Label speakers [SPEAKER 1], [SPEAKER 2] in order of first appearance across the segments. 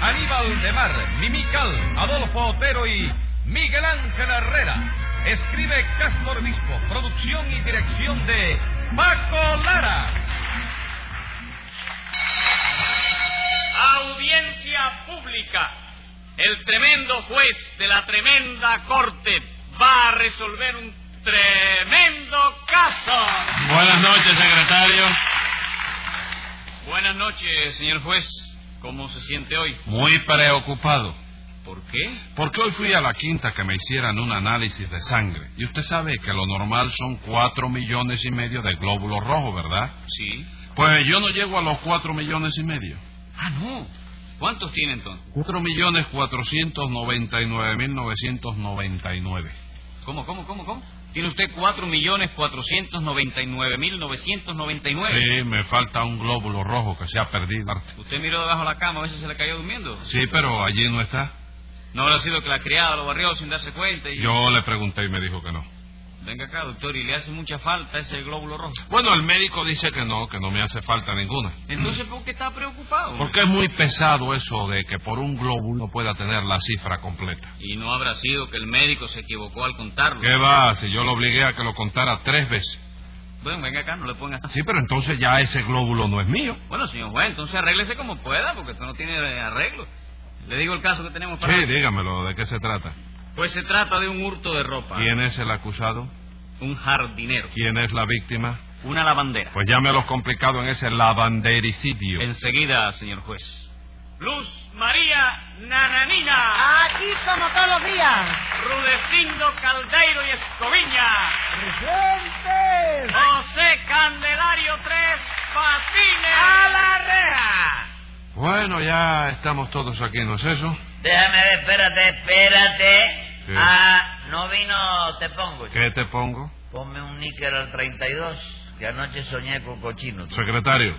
[SPEAKER 1] Aníbal de Mar, Mimical, Adolfo Otero y Miguel Ángel Herrera. Escribe Castro Obispo, producción y dirección de Paco Lara.
[SPEAKER 2] Audiencia pública. El tremendo juez de la tremenda corte va a resolver un tremendo caso.
[SPEAKER 3] Buenas noches, secretario.
[SPEAKER 2] Buenas noches, señor juez. ¿Cómo se siente hoy?
[SPEAKER 3] Muy preocupado.
[SPEAKER 2] ¿Por qué?
[SPEAKER 3] Porque hoy fui a la quinta que me hicieran un análisis de sangre. Y usted sabe que lo normal son cuatro millones y medio de glóbulos rojos, ¿verdad?
[SPEAKER 2] Sí.
[SPEAKER 3] Pues yo no llego a los cuatro millones y medio.
[SPEAKER 2] Ah, no. ¿Cuántos tiene entonces?
[SPEAKER 3] Cuatro millones cuatrocientos noventa y nueve mil novecientos noventa y nueve.
[SPEAKER 2] ¿Cómo, cómo, cómo, cómo? Tiene usted cuatro millones cuatrocientos noventa y nueve mil novecientos noventa y nueve.
[SPEAKER 3] Sí, me falta un glóbulo rojo que se ha perdido.
[SPEAKER 2] Usted miró debajo de la cama, a veces se le cayó durmiendo.
[SPEAKER 3] Sí, pero allí no está.
[SPEAKER 2] No habrá sido que la criada lo barrió sin darse cuenta y...
[SPEAKER 3] Yo le pregunté y me dijo que no.
[SPEAKER 2] Venga acá, doctor, y le hace mucha falta ese glóbulo rojo.
[SPEAKER 3] Bueno, el médico dice que no, que no me hace falta ninguna.
[SPEAKER 2] Entonces, ¿por qué está preocupado?
[SPEAKER 3] Porque es muy pesado eso de que por un glóbulo pueda tener la cifra completa.
[SPEAKER 2] Y no habrá sido que el médico se equivocó al contarlo.
[SPEAKER 3] ¿Qué va? Si yo lo obligué a que lo contara tres veces.
[SPEAKER 2] Bueno, venga acá, no le ponga...
[SPEAKER 3] Sí, pero entonces ya ese glóbulo no es mío.
[SPEAKER 2] Bueno, señor juez, entonces arréglese como pueda, porque esto no tiene eh, arreglo. Le digo el caso que tenemos para...
[SPEAKER 3] Sí, dígamelo, ¿de qué se trata?
[SPEAKER 2] Pues se trata de un hurto de ropa.
[SPEAKER 3] ¿Quién es el acusado?
[SPEAKER 2] Un jardinero.
[SPEAKER 3] ¿Quién es la víctima?
[SPEAKER 2] Una lavandera.
[SPEAKER 3] Pues llámelo complicado en ese lavandericidio.
[SPEAKER 2] Enseguida, señor juez. Luz María Nananina,
[SPEAKER 4] Aquí como todos los días.
[SPEAKER 2] Rudecindo Caldeiro y Escoviña,
[SPEAKER 4] ¡Presentes!
[SPEAKER 2] José Candelario Tres Patines. ¡A la reja!
[SPEAKER 3] Bueno, ya estamos todos aquí, ¿no es eso?
[SPEAKER 5] Déjame ver, espérate, espérate.
[SPEAKER 3] Sí.
[SPEAKER 5] Ah, no vino, te pongo.
[SPEAKER 3] ¿Qué te pongo?
[SPEAKER 5] Ponme un níquel al 32, que anoche soñé con cochino.
[SPEAKER 3] Secretario,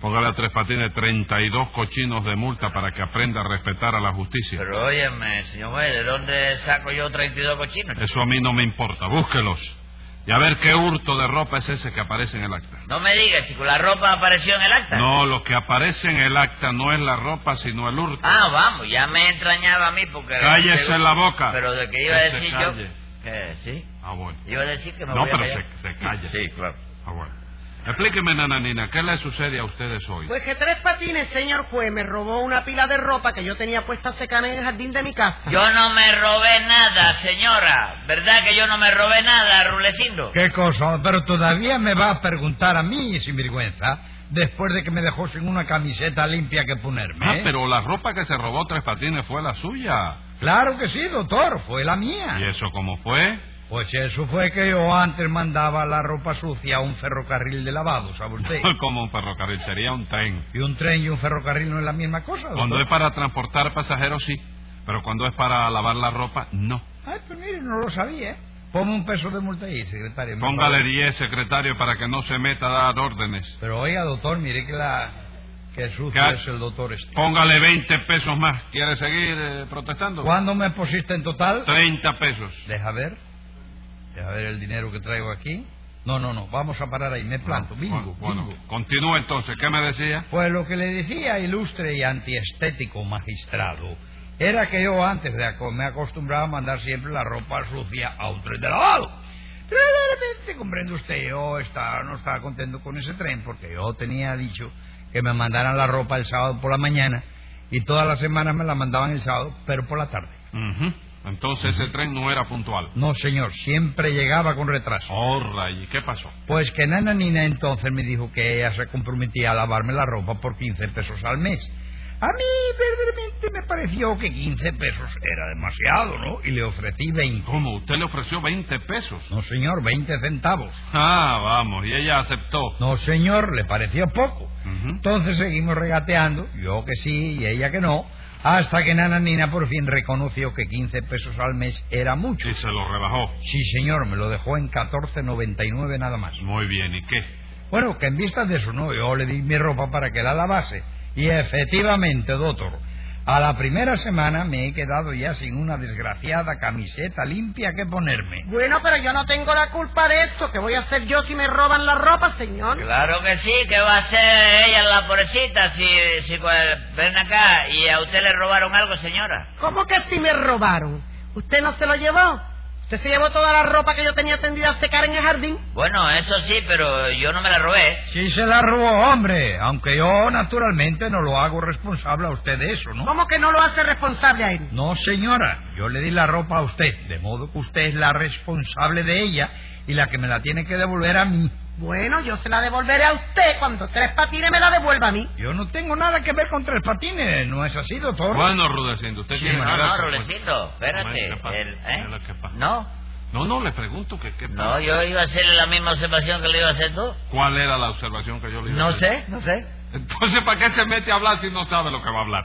[SPEAKER 3] póngale a Tres Patines 32 cochinos de multa para que aprenda a respetar a la justicia.
[SPEAKER 5] Pero óyeme, señor juez, ¿de dónde saco yo 32 cochinos?
[SPEAKER 3] Eso a mí no me importa, búsquelos. Y a ver qué hurto de ropa es ese que aparece en el acta.
[SPEAKER 5] No me digas, chico, ¿la ropa apareció en el acta?
[SPEAKER 3] No, lo que aparece en el acta no es la ropa, sino el hurto.
[SPEAKER 5] Ah, vamos, ya me entrañaba a mí porque...
[SPEAKER 3] Cállese la boca.
[SPEAKER 5] Pero de que iba a
[SPEAKER 3] Que se
[SPEAKER 5] decir yo...
[SPEAKER 3] calle.
[SPEAKER 5] ¿Qué? ¿Sí?
[SPEAKER 3] Ah, bueno.
[SPEAKER 5] Iba a decir que me
[SPEAKER 3] No,
[SPEAKER 5] voy a
[SPEAKER 3] pero
[SPEAKER 5] callar.
[SPEAKER 3] se, se calla.
[SPEAKER 5] Sí, claro.
[SPEAKER 3] Ah, bueno. Explíqueme, nananina, ¿qué le sucede a ustedes hoy?
[SPEAKER 4] Pues que tres patines, señor juez, me robó una pila de ropa que yo tenía puesta secana en el jardín de mi casa.
[SPEAKER 5] Yo no me robé nada, señora. ¿Verdad que yo no me robé nada, Rulecindo?
[SPEAKER 6] ¿Qué cosa? Pero todavía me va a preguntar a mí, sin vergüenza, después de que me dejó sin una camiseta limpia que ponerme.
[SPEAKER 3] Ah,
[SPEAKER 6] ¿eh?
[SPEAKER 3] pero la ropa que se robó Tres Patines fue la suya.
[SPEAKER 6] Claro que sí, doctor, fue la mía.
[SPEAKER 3] ¿Y eso cómo fue?
[SPEAKER 6] Pues eso fue que yo antes mandaba la ropa sucia a un ferrocarril de lavado, ¿sabe usted?
[SPEAKER 3] Como un ferrocarril, sería un tren.
[SPEAKER 6] y un tren y un ferrocarril no es la misma cosa, doctor.
[SPEAKER 3] Cuando es para transportar pasajeros, sí. Pero cuando es para lavar la ropa, no.
[SPEAKER 6] Ay, pues mire, no lo sabía, ¿eh? Ponme un peso de multa ahí, secretario. me
[SPEAKER 3] Póngale
[SPEAKER 6] parece.
[SPEAKER 3] 10, secretario, para que no se meta a dar órdenes.
[SPEAKER 6] Pero oiga, doctor, mire que la... que sucio
[SPEAKER 3] Ca-
[SPEAKER 6] es el doctor este.
[SPEAKER 3] Póngale 20 pesos más. ¿Quiere seguir eh, protestando?
[SPEAKER 6] ¿Cuándo me pusiste en total?
[SPEAKER 3] 30 pesos.
[SPEAKER 6] Deja ver. Deja ver el dinero que traigo aquí. No, no, no. Vamos a parar ahí. Me planto. Bingo,
[SPEAKER 3] Ah, Bueno,
[SPEAKER 6] bingo.
[SPEAKER 3] bueno, continúa entonces. ¿Qué me decía?
[SPEAKER 6] Pues lo que le decía, ilustre y antiestético magistrado, era que yo antes de aco- me acostumbraba a mandar siempre la ropa sucia a un tren de lavado. Pero de repente, comprende usted, yo estaba, no estaba contento con ese tren porque yo tenía dicho que me mandaran la ropa el sábado por la mañana y todas las semanas me la mandaban el sábado, pero por la tarde.
[SPEAKER 3] Ujú. Entonces ese tren no era puntual.
[SPEAKER 6] No, señor, siempre llegaba con retraso.
[SPEAKER 3] Horra, ¿y qué pasó?
[SPEAKER 6] Pues que Nana Nina entonces me dijo que ella se comprometía a lavarme la ropa por 15 pesos al mes. A mí verdaderamente me pareció que 15 pesos era demasiado, ¿no? Y le ofrecí 20.
[SPEAKER 3] ¿Cómo? Usted le ofreció 20 pesos.
[SPEAKER 6] No, señor, 20 centavos.
[SPEAKER 3] Ah, vamos. Y ella aceptó.
[SPEAKER 6] No, señor, le pareció poco.
[SPEAKER 3] Ujú.
[SPEAKER 6] Entonces seguimos regateando, yo que sí y ella que no, hasta que Nana Nina por fin reconoció que 15 pesos al mes era mucho.
[SPEAKER 3] Y se lo rebajó.
[SPEAKER 6] Sí, señor, me lo dejó en 14.99 nada más.
[SPEAKER 3] Muy bien, ¿y qué?
[SPEAKER 6] Bueno, que en vista de eso, no, yo le di mi ropa para que la lavase. Y efectivamente, doctor, A la primera semana me he quedado ya sin una desgraciada camiseta limpia que ponerme.
[SPEAKER 4] Bueno, pero yo no tengo la culpa de esto. ¿Qué voy a hacer yo si me roban la ropa, señor?
[SPEAKER 5] Claro que sí, que va a ser ella la pobrecita si, si cua- ven acá y a usted le robaron algo, señora.
[SPEAKER 4] ¿Cómo que si me robaron? ¿Usted no se lo llevó? ¿Usted se llevó toda la ropa que yo tenía tendida a secar en el jardín?
[SPEAKER 5] Bueno, eso sí, pero yo no me la robé.
[SPEAKER 6] Sí se la robó, hombre, aunque yo naturalmente no lo hago responsable a usted de eso, ¿no?
[SPEAKER 4] ¿Cómo que no lo hace responsable a él?
[SPEAKER 6] No, señora, yo le di la ropa a usted, de modo que usted es la responsable de ella y la que me la tiene que devolver a mí.
[SPEAKER 4] Bueno, yo se la devolveré a usted cuando tres patines me la devuelva a mí.
[SPEAKER 6] Yo no tengo nada que ver con tres patines, ¿no es así, doctor?
[SPEAKER 3] Bueno, Rudecindo, usted
[SPEAKER 6] Sí,
[SPEAKER 3] tiene
[SPEAKER 5] No,
[SPEAKER 3] que
[SPEAKER 5] no,
[SPEAKER 3] darse
[SPEAKER 5] Rulecito,
[SPEAKER 3] cuenta.
[SPEAKER 5] espérate.
[SPEAKER 3] ¿Qué pasa?
[SPEAKER 5] El- ¿eh?
[SPEAKER 3] Mira lo que Ah. pasa.
[SPEAKER 5] No,
[SPEAKER 3] No, no, le pregunto que qué
[SPEAKER 5] no,
[SPEAKER 3] pasa.
[SPEAKER 5] yo iba a hacerle la misma observación que le iba a hacer tú.
[SPEAKER 3] ¿Cuál era la observación que yo le hice?
[SPEAKER 5] No sé, no sé.
[SPEAKER 3] Entonces, ¿para qué se mete a hablar si no sabe lo que va a hablar?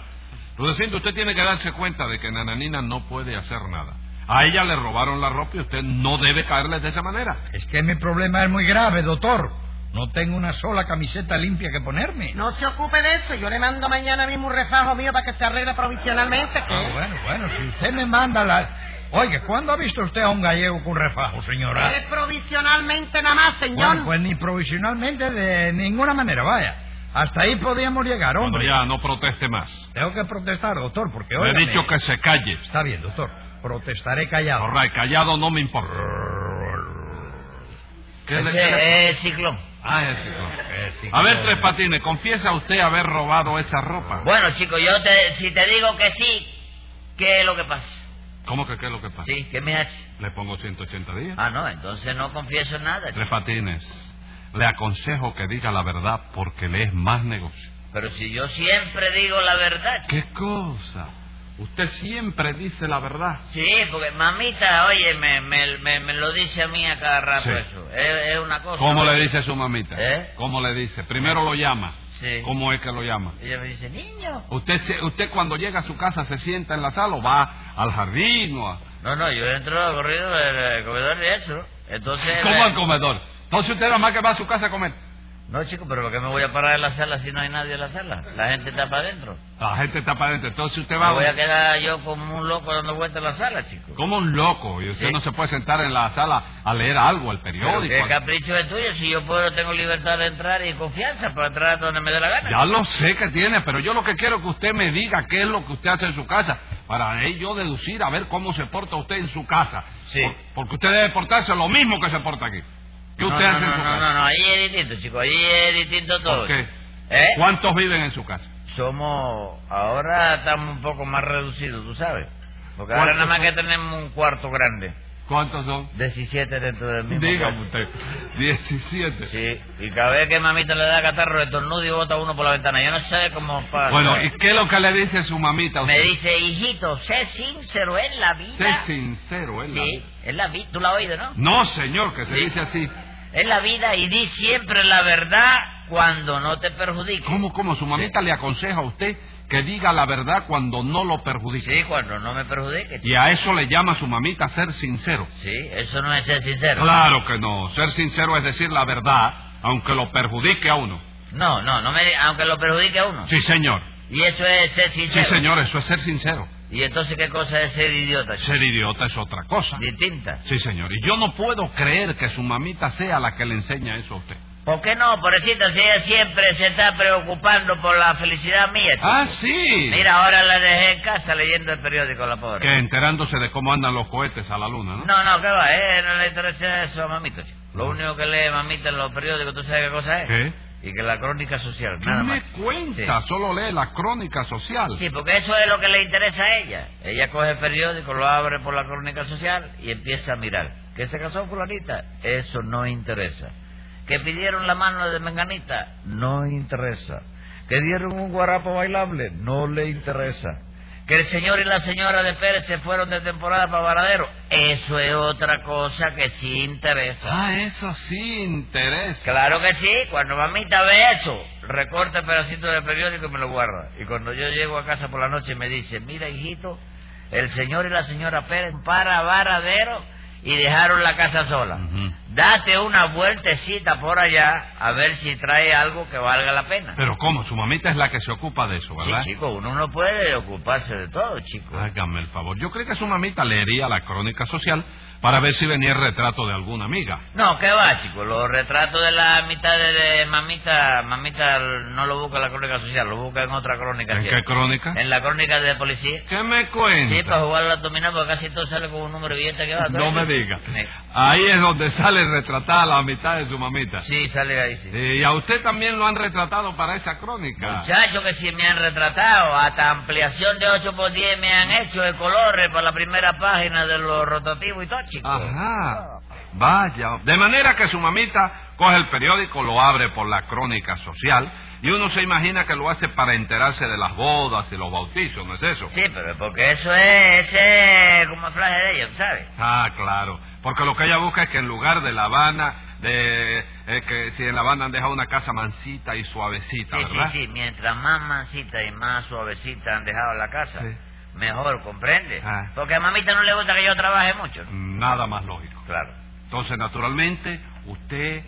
[SPEAKER 3] Rudecindo, usted tiene que darse cuenta de que Nananina no puede hacer nada. A ella le robaron la ropa y usted no debe caerle de esa manera.
[SPEAKER 6] Es que mi problema es muy grave, doctor. No tengo una sola camiseta limpia que ponerme.
[SPEAKER 4] No se ocupe de eso. Yo le mando mañana mismo un refajo mío para que se arregle provisionalmente.
[SPEAKER 6] Ah,
[SPEAKER 4] ¿qué?
[SPEAKER 6] bueno, bueno, si usted me manda la... Oye, ¿cuándo ha visto usted a un gallego con refajo, señora?
[SPEAKER 4] Es provisionalmente nada más,
[SPEAKER 6] Bueno,
[SPEAKER 4] Eh, señor.
[SPEAKER 6] pues ni provisionalmente, de ninguna manera, vaya. Hasta ahí podíamos llegar,
[SPEAKER 3] Bueno,
[SPEAKER 6] hombre.
[SPEAKER 3] ya, no proteste más.
[SPEAKER 6] Tengo que protestar, doctor, porque
[SPEAKER 3] Le he
[SPEAKER 6] óigame,
[SPEAKER 3] dicho que se calle.
[SPEAKER 6] Está bien, doctor. Protestaré callado.
[SPEAKER 3] All right, callado no me importa. ¿Qué le- qué le-
[SPEAKER 5] Ese es ciclón.
[SPEAKER 3] Ah, es ciclón.
[SPEAKER 6] Eh, sí,
[SPEAKER 3] A ver,
[SPEAKER 6] claro.
[SPEAKER 3] Tres Patines, ¿confiesa usted haber robado esa ropa?
[SPEAKER 5] Bueno, chico, yo te, si te digo que sí, ¿qué es lo que pasa?
[SPEAKER 3] ¿Cómo que qué es lo que pasa?
[SPEAKER 5] Sí, ¿qué me hace?
[SPEAKER 3] Le pongo 180 días.
[SPEAKER 5] Ah, no, entonces no confieso nada.
[SPEAKER 3] Tres Patines, le aconsejo que diga la verdad porque le es más negocio.
[SPEAKER 5] Pero si yo siempre digo la verdad.
[SPEAKER 3] ¿Qué cosa? Usted siempre dice la verdad.
[SPEAKER 5] Sí, porque mamita, oye, me, me, me, me lo dice a mí a cada rato
[SPEAKER 3] Sí.
[SPEAKER 5] eso. Es, es una cosa.
[SPEAKER 3] ¿Cómo le
[SPEAKER 5] oye.
[SPEAKER 3] dice su mamita?
[SPEAKER 5] ¿Eh?
[SPEAKER 3] ¿Cómo le dice? Primero lo llama.
[SPEAKER 5] Sí.
[SPEAKER 3] ¿Cómo es que lo llama?
[SPEAKER 5] Ella me dice, niño.
[SPEAKER 3] Usted, se- usted cuando llega a su casa se sienta en la sala o va al jardín o a...
[SPEAKER 5] No, no, yo entro al corrido del eh, comedor de eso. Entonces.
[SPEAKER 3] ¿Cómo
[SPEAKER 5] eh,
[SPEAKER 3] al comedor? Entonces usted nada más que va a su casa a comer.
[SPEAKER 5] No, chico, pero ¿por qué me voy a parar en la sala si no hay nadie en la sala? La gente está para adentro.
[SPEAKER 3] La gente está para adentro. Entonces usted
[SPEAKER 5] Me
[SPEAKER 3] va...
[SPEAKER 5] voy a quedar yo como un loco dando vueltas en la sala, chico.
[SPEAKER 3] Como un loco. Y usted
[SPEAKER 5] Sí.
[SPEAKER 3] no se puede sentar en la sala a leer algo, al
[SPEAKER 5] Pero
[SPEAKER 3] periódico.
[SPEAKER 5] ¿Qué
[SPEAKER 3] al-
[SPEAKER 5] capricho es tuyo? Si yo puedo, tengo libertad de entrar y confianza para entrar donde me dé la gana.
[SPEAKER 3] Ya lo sé que tiene, pero yo lo que quiero es que usted me diga qué es lo que usted hace en su casa, para ahí yo deducir a ver cómo se porta usted en su casa.
[SPEAKER 5] Sí.
[SPEAKER 3] Por- porque usted debe portarse lo mismo que se porta aquí. ¿Qué
[SPEAKER 5] No,
[SPEAKER 3] usted
[SPEAKER 5] no,
[SPEAKER 3] hace en
[SPEAKER 5] no,
[SPEAKER 3] su
[SPEAKER 5] no,
[SPEAKER 3] casa?
[SPEAKER 5] No, no, ahí es distinto, chico. Ahí es distinto todo.
[SPEAKER 3] ¿Por qué?
[SPEAKER 5] ¿Eh?
[SPEAKER 3] ¿Cuántos viven en su casa?
[SPEAKER 5] Somos... Ahora estamos un poco más reducidos, tú sabes. Porque ahora
[SPEAKER 3] ¿Cuántos
[SPEAKER 5] nada más
[SPEAKER 3] son?
[SPEAKER 5] que tenemos un cuarto grande.
[SPEAKER 3] ¿Cuántos son?
[SPEAKER 5] 17 dentro del mismo
[SPEAKER 3] Dígame
[SPEAKER 5] cuarto.
[SPEAKER 3] usted. Diecisiete.
[SPEAKER 5] Sí, y cada vez que mamita le da catarro, estornudo y bota uno por la ventana. Yo no sé cómo pasa.
[SPEAKER 3] Bueno, ¿y qué es lo que le dice su mamita a
[SPEAKER 5] Me
[SPEAKER 3] usted?
[SPEAKER 5] dice, hijito, sé sincero en la vida.
[SPEAKER 3] Sé sincero, ¿eh? la-
[SPEAKER 5] Sí, en la vida. ¿Tú la has oído, no?
[SPEAKER 3] No, señor, que se
[SPEAKER 5] Sí.
[SPEAKER 3] dice así.
[SPEAKER 5] Es la vida y di siempre la verdad cuando no te perjudique.
[SPEAKER 3] ¿Cómo, cómo? Su mamita le aconseja a usted que diga la verdad cuando no lo perjudique.
[SPEAKER 5] Sí, cuando no me perjudique.
[SPEAKER 3] Y a eso le llama su mamita ser sincero.
[SPEAKER 5] Sí, eso no es ser sincero.
[SPEAKER 3] Claro que no. Ser sincero es decir la verdad, aunque lo perjudique a uno.
[SPEAKER 5] No, no, no me, aunque lo perjudique a uno.
[SPEAKER 3] Sí, señor.
[SPEAKER 5] Y eso es ser
[SPEAKER 3] Sí,
[SPEAKER 5] sincero.
[SPEAKER 3] señor, eso es ser sincero.
[SPEAKER 5] Y entonces, ¿qué cosa es ser idiota?
[SPEAKER 3] Ser idiota es otra cosa.
[SPEAKER 5] Distinta.
[SPEAKER 3] Sí, señor. Y yo no puedo creer que su mamita sea la que le enseña eso a usted.
[SPEAKER 5] ¿Por qué no, pobrecita, si ella siempre se está preocupando por la felicidad mía? chico?
[SPEAKER 3] Ah, sí.
[SPEAKER 5] Mira, ahora la dejé en casa leyendo el periódico, la pobre.
[SPEAKER 3] Que enterándose de cómo andan los cohetes a la luna, ¿no?
[SPEAKER 5] No, no, ¿qué va? Eh, no le interesa eso a mamita. chico. Lo único que lee mamita en los periódicos, ¿tú sabes qué cosa es?
[SPEAKER 3] ¿Qué?
[SPEAKER 5] Y que la crónica social,
[SPEAKER 3] ¿Qué
[SPEAKER 5] nada
[SPEAKER 3] me
[SPEAKER 5] más.
[SPEAKER 3] cuenta?
[SPEAKER 5] Sí.
[SPEAKER 3] Solo lee la crónica social.
[SPEAKER 5] Sí, porque eso es lo que le interesa a ella. Ella coge el periódico, lo abre por la crónica social y empieza a mirar. ¿Que se casó fulanita? Eso no interesa. ¿Que pidieron la mano de menganita? No interesa. ¿Que dieron un guarapo bailable? No le interesa. ¿Que el señor y la señora de Pérez se fueron de temporada para Varadero? Eso es otra cosa que sí interesa.
[SPEAKER 3] Ah, eso sí interesa.
[SPEAKER 5] Claro que sí, cuando mamita ve eso, recorta el pedacito del periódico y me lo guarda. Y cuando yo llego a casa por la noche me dice, mira hijito, el señor y la señora Pérez para varadero y dejaron la casa sola.
[SPEAKER 3] Ujú.
[SPEAKER 5] Date una vueltecita por allá a ver si trae algo que valga la pena.
[SPEAKER 3] Pero ¿cómo? Su mamita es la que se ocupa de eso, ¿verdad? Ah,
[SPEAKER 5] Sí, chico, uno no puede ocuparse de todo, chico.
[SPEAKER 3] Hágame el favor. Yo creo que su mamita leería la crónica social para ver si venía el retrato de alguna amiga.
[SPEAKER 5] No, ¿qué va, chico? Los retratos de la mitad de, de mamita, mamita no lo busca en la crónica social, lo busca en otra crónica.
[SPEAKER 3] ¿En
[SPEAKER 5] chico.
[SPEAKER 3] qué crónica?
[SPEAKER 5] En la crónica de policía.
[SPEAKER 3] ¿Qué me cuenta?
[SPEAKER 5] Eh. Sí, para jugar la dominada, porque casi todo sale con un número de billete que va.
[SPEAKER 3] No me diga.
[SPEAKER 5] Sí.
[SPEAKER 3] Ahí es donde sale retratada la mitad de su mamita.
[SPEAKER 5] Sí, sale ahí, sí.
[SPEAKER 3] Eh, Y a usted también lo han retratado para esa crónica.
[SPEAKER 5] Muchachos que sí me han retratado, hasta ampliación de 8 por 10 me han hecho de colores para la primera página de los rotativos y todo, chico.
[SPEAKER 3] Ajá. Vaya. De manera que su mamita coge el periódico, lo abre por la crónica social y uno se imagina que lo hace para enterarse de las bodas y los bautizos, ¿no es eso?
[SPEAKER 5] Sí, pero porque eso es, ese es como el flash de ellos, ¿sabes?
[SPEAKER 3] Ah, claro. Porque lo que ella busca es que en lugar de La Habana, de eh, que si en La Habana han dejado una casa mansita y suavecita,
[SPEAKER 5] Sí, sí,
[SPEAKER 3] ¿verdad?
[SPEAKER 5] sí, mientras más mansita y más suavecita han dejado la casa,
[SPEAKER 3] Sí.
[SPEAKER 5] mejor, ¿comprende?
[SPEAKER 3] Ah. Mm.
[SPEAKER 5] Porque a mamita no le gusta que yo trabaje mucho. ¿no?
[SPEAKER 3] Nada más lógico.
[SPEAKER 5] Claro.
[SPEAKER 3] Entonces, naturalmente, usted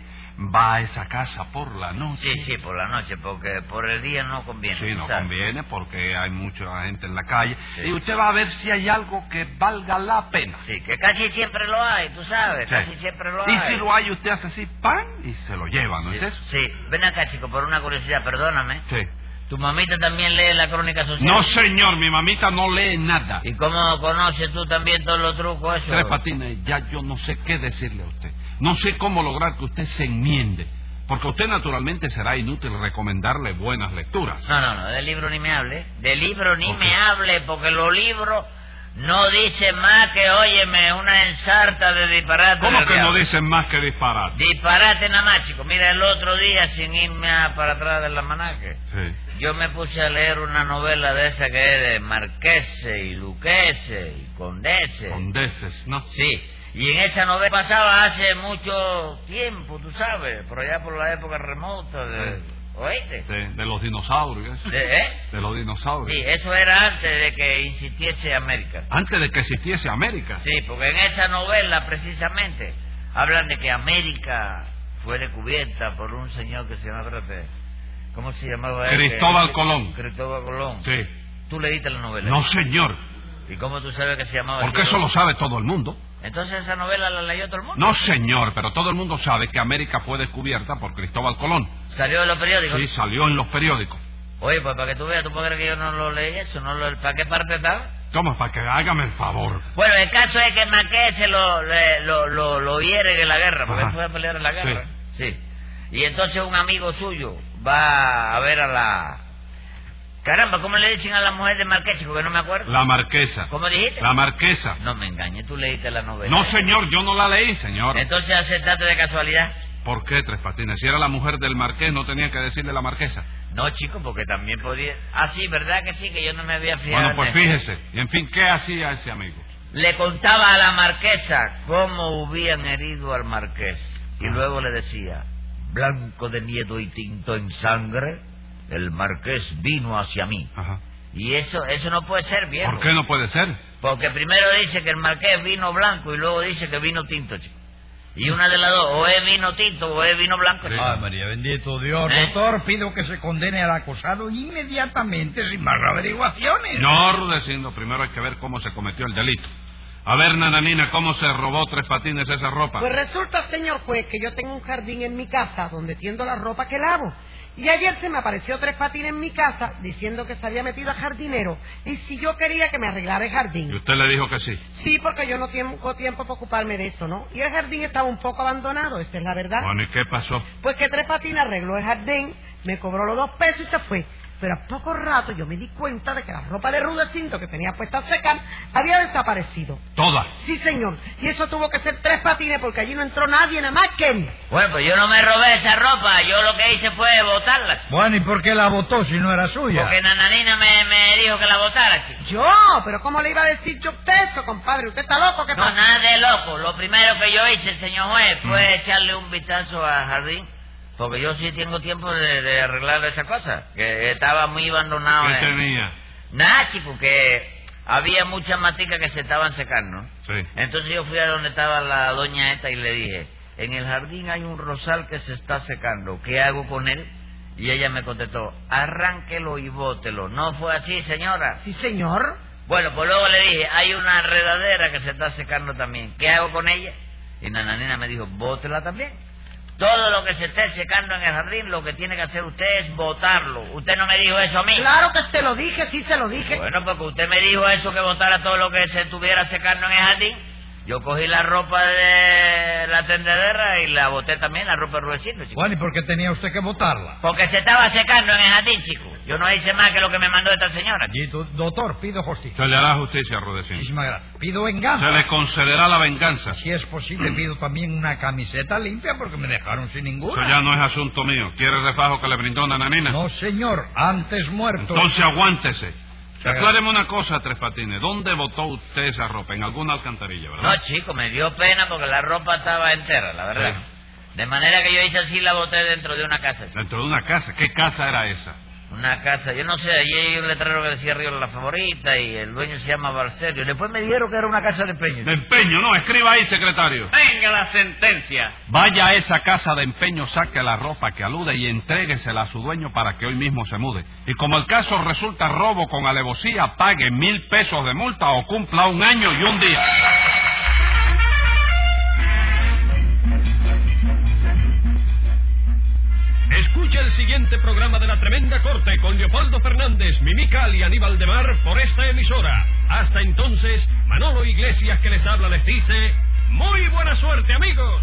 [SPEAKER 3] va a esa casa por la noche.
[SPEAKER 5] Sí, sí, por la noche, porque por el día no conviene.
[SPEAKER 3] Sí, no
[SPEAKER 5] ¿sabes?
[SPEAKER 3] conviene porque hay mucha gente en la calle.
[SPEAKER 5] Sí.
[SPEAKER 3] Y usted va a ver si hay algo que valga la pena.
[SPEAKER 5] Sí, que casi siempre lo hay, tú sabes, casi
[SPEAKER 3] Sí.
[SPEAKER 5] siempre lo
[SPEAKER 3] y
[SPEAKER 5] hay.
[SPEAKER 3] si lo hay, usted hace así, ¡pam! y se lo lleva, ¿no
[SPEAKER 5] Sí,
[SPEAKER 3] es eso?
[SPEAKER 5] Sí, ven acá, chico, por una curiosidad, perdóname.
[SPEAKER 3] Sí.
[SPEAKER 5] ¿Tu mamita también lee la crónica social?
[SPEAKER 3] No, señor, mi mamita no lee nada.
[SPEAKER 5] ¿Y cómo conoces tú también todos los trucos esos?
[SPEAKER 3] Tres patines, ya yo no sé qué decirle a usted. No sé cómo lograr que usted se enmiende. Porque a usted naturalmente será inútil recomendarle buenas lecturas.
[SPEAKER 5] No, no, no, de libro ni me hable. ¿eh? De libro ni
[SPEAKER 3] Ok.
[SPEAKER 5] me hable, porque los libros no dicen más que, óyeme, una ensarta de disparate.
[SPEAKER 3] ¿Cómo
[SPEAKER 5] del
[SPEAKER 3] que no
[SPEAKER 5] diablo.
[SPEAKER 3] dicen más que disparate?
[SPEAKER 5] Disparate nada más, chico. Mira, el otro día, sin irme a- para atrás del almanaque,
[SPEAKER 3] Sí.
[SPEAKER 5] yo me puse a leer una novela de esa que es de marquese y duquese y condese.
[SPEAKER 3] Condeses, ¿no?
[SPEAKER 5] Sí, y en esa novela pasaba hace mucho tiempo, tú sabes, por allá por la época remota de...
[SPEAKER 3] Sí.
[SPEAKER 5] ¿Oíste?
[SPEAKER 3] De, de los dinosaurios.
[SPEAKER 5] De- ¿eh?
[SPEAKER 3] De los dinosaurios.
[SPEAKER 5] Sí, eso era antes de que insistiese América.
[SPEAKER 3] Antes de que existiese América.
[SPEAKER 5] Sí, porque en esa novela precisamente hablan de que América fue descubierta por un señor que se llama, espérate, ¿cómo se llamaba? él?
[SPEAKER 3] Cristóbal Colón.
[SPEAKER 5] Cristóbal Colón.
[SPEAKER 3] Sí.
[SPEAKER 5] ¿Tú leíste la novela?
[SPEAKER 3] No, señor.
[SPEAKER 5] ¿Y cómo tú sabes que se llamaba?
[SPEAKER 3] Porque
[SPEAKER 5] el
[SPEAKER 3] eso lo
[SPEAKER 5] tipo?
[SPEAKER 3] sabe todo el mundo.
[SPEAKER 5] Entonces esa novela la leyó todo el mundo.
[SPEAKER 3] No, señor, pero todo el mundo sabe que América fue descubierta por Cristóbal Colón.
[SPEAKER 5] Salió de los periódicos.
[SPEAKER 3] Sí, salió en los periódicos.
[SPEAKER 5] Oye, pues para que tú veas, tú puedes creer que yo no lo leí eso, no lo, ¿para qué parte estaba?
[SPEAKER 3] Toma, para que hágame el favor.
[SPEAKER 5] Bueno, el caso es que Maquese lo, le- lo, lo, lo hieren en la guerra, porque
[SPEAKER 3] Ajá.
[SPEAKER 5] él fue a pelear en la guerra. Sí. Y entonces un amigo suyo va a ver a la... Caramba, ¿cómo le dicen a la mujer de Marqués? Porque no me acuerdo.
[SPEAKER 3] La marquesa.
[SPEAKER 5] ¿Cómo dijiste?
[SPEAKER 3] La marquesa.
[SPEAKER 5] No me engañes, tú leíste la novela. ¿eh?
[SPEAKER 3] No, señor, yo no la leí, señor.
[SPEAKER 5] Entonces aceptaste de casualidad.
[SPEAKER 3] ¿Por qué Tres Patines? Si era la mujer del marqués, no tenía que decirle la marquesa.
[SPEAKER 5] No, chico, porque también podía... Ah, sí, ¿verdad que sí? Que yo no me había fijado.
[SPEAKER 3] Bueno,
[SPEAKER 5] en
[SPEAKER 3] pues
[SPEAKER 5] eso.
[SPEAKER 3] fíjese. Y en fin, ¿qué hacía ese amigo?
[SPEAKER 5] le contaba a la marquesa cómo hubieran herido al marqués
[SPEAKER 3] Ah.
[SPEAKER 5] y luego le decía, blanco de miedo y tinto en sangre, el marqués vino hacia mí.
[SPEAKER 3] Ajá.
[SPEAKER 5] Y eso eso no puede ser bien.
[SPEAKER 3] ¿Por qué no puede ser?
[SPEAKER 5] Porque primero dice que el marqués vino blanco y luego dice que vino tinto, chico. Y una de las dos, o es vino tinto o es vino blanco. chico.
[SPEAKER 6] Ay, María, bendito Dios.
[SPEAKER 5] ¿Eh?
[SPEAKER 6] Doctor, pido que se condene al acosado inmediatamente sin más averiguaciones.
[SPEAKER 3] No, Rudecindo, primero hay que ver cómo se cometió el delito. A ver, Nananina, ¿cómo se robó Tres Patines esa ropa?
[SPEAKER 4] Pues resulta, señor juez, que yo tengo un jardín en mi casa donde tiendo la ropa que lavo. Y ayer se me apareció tres patines en mi casa diciendo que se había metido a jardinero y si yo quería que me arreglara el
[SPEAKER 3] Y
[SPEAKER 4] jardín.
[SPEAKER 3] usted le dijo que sí.
[SPEAKER 4] Sí, porque yo no tengo tiempo para ocuparme de eso, ¿no? Y el jardín estaba un poco abandonado, esa es la verdad.
[SPEAKER 3] Bueno, ¿y qué pasó?
[SPEAKER 4] Pues que Tres Patines arregló el jardín, me cobró los dos pesos y se fue. Pero a poco rato yo me di cuenta de que la ropa de Rudecindo que tenía puesta seca había desaparecido.
[SPEAKER 3] Toda.
[SPEAKER 4] Sí, señor. Y eso tuvo que ser Tres Patines porque allí no entró nadie, nada más que él.
[SPEAKER 5] Bueno, pues yo no me robé esa ropa, yo lo que hice fue botarla. chico.
[SPEAKER 6] Bueno, ¿y por qué la votó si no era suya?
[SPEAKER 5] Porque Nananina me, me dijo que la botara, chico.
[SPEAKER 4] Yo, pero ¿cómo le iba a decir yo a usted eso, compadre? ¿Usted está loco? ¿Qué
[SPEAKER 5] No,
[SPEAKER 4] pasa?
[SPEAKER 5] nada de loco. Lo primero que yo hice, señor juez, fue echarle un vistazo a Jardín. Porque yo sí tengo tiempo de, de arreglar esa cosa. Que estaba muy abandonado.
[SPEAKER 3] ¿Qué
[SPEAKER 5] eh.
[SPEAKER 3] tenía?
[SPEAKER 5] Nada, chico, que había muchas maticas que se estaban secando.
[SPEAKER 3] Sí.
[SPEAKER 5] Entonces yo fui a donde estaba la doña esta y le dije, en el jardín hay un rosal que se está secando, ¿qué hago con él? Y ella me contestó, arránquelo y bótelo. No fue así, señora.
[SPEAKER 4] Sí, señor.
[SPEAKER 5] Bueno, pues luego le dije, hay una redadera que se está secando también. ¿Qué hago con ella? Y Nananina me dijo, bótela también. Todo lo que se esté secando en el jardín, lo que tiene que hacer usted es botarlo. Usted no me dijo eso a mí.
[SPEAKER 4] Claro que se lo dije, sí se lo dije.
[SPEAKER 5] Bueno, porque usted me dijo eso, que botara todo lo que se estuviera secando en el jardín. Yo cogí la ropa de la tendedera y la boté también, la ropa de Rudecindo, chico.
[SPEAKER 6] Bueno, ¿y por qué tenía usted que votarla?
[SPEAKER 5] Porque se estaba secando en el jardín, chico. Yo no hice más que lo que me mandó esta señora.
[SPEAKER 6] Allí, do- doctor, pido justicia.
[SPEAKER 3] Se le hará justicia a Rudecindo.
[SPEAKER 6] Muchísimas gracias. Pido
[SPEAKER 3] Se
[SPEAKER 6] venganza.
[SPEAKER 3] le concederá la venganza.
[SPEAKER 6] Si es posible, pido también una camiseta limpia porque me dejaron sin
[SPEAKER 3] Eso
[SPEAKER 6] ninguna.
[SPEAKER 3] ya no es asunto mío. ¿Quiere el refajo que le brindó Nananina?
[SPEAKER 6] No, señor, antes muerto.
[SPEAKER 3] Entonces aguántese.
[SPEAKER 6] Se haga-
[SPEAKER 3] Acláreme una cosa, Tres Patines. ¿Dónde botó usted esa ropa? En alguna alcantarilla,
[SPEAKER 5] No,
[SPEAKER 3] ¿verdad?
[SPEAKER 5] chico, me dio pena porque la ropa estaba entera, la verdad. De manera que yo hice así, la boté dentro de una casa. chico.
[SPEAKER 3] Dentro de una casa. ¿Qué casa era esa?
[SPEAKER 5] Una casa, yo no sé, allí hay un letrero que decía Río la favorita y el dueño se llama Barcelio. Después me dijeron que era una casa de empeño.
[SPEAKER 3] De empeño, no. Escriba ahí, secretario.
[SPEAKER 2] Venga la sentencia.
[SPEAKER 3] Vaya a esa casa de empeño, saque la ropa que alude y entréguesela a su dueño para que hoy mismo se mude. Y como el caso resulta robo con alevosía, pague mil pesos de multa o cumpla un año y un día.
[SPEAKER 1] Escucha el siguiente programa de La Tremenda Corte con Leopoldo Fernández, Mimical y Aníbal de Mar por esta emisora. Hasta entonces, Manolo Iglesias que les habla les dice, ¡Muy buena suerte amigos!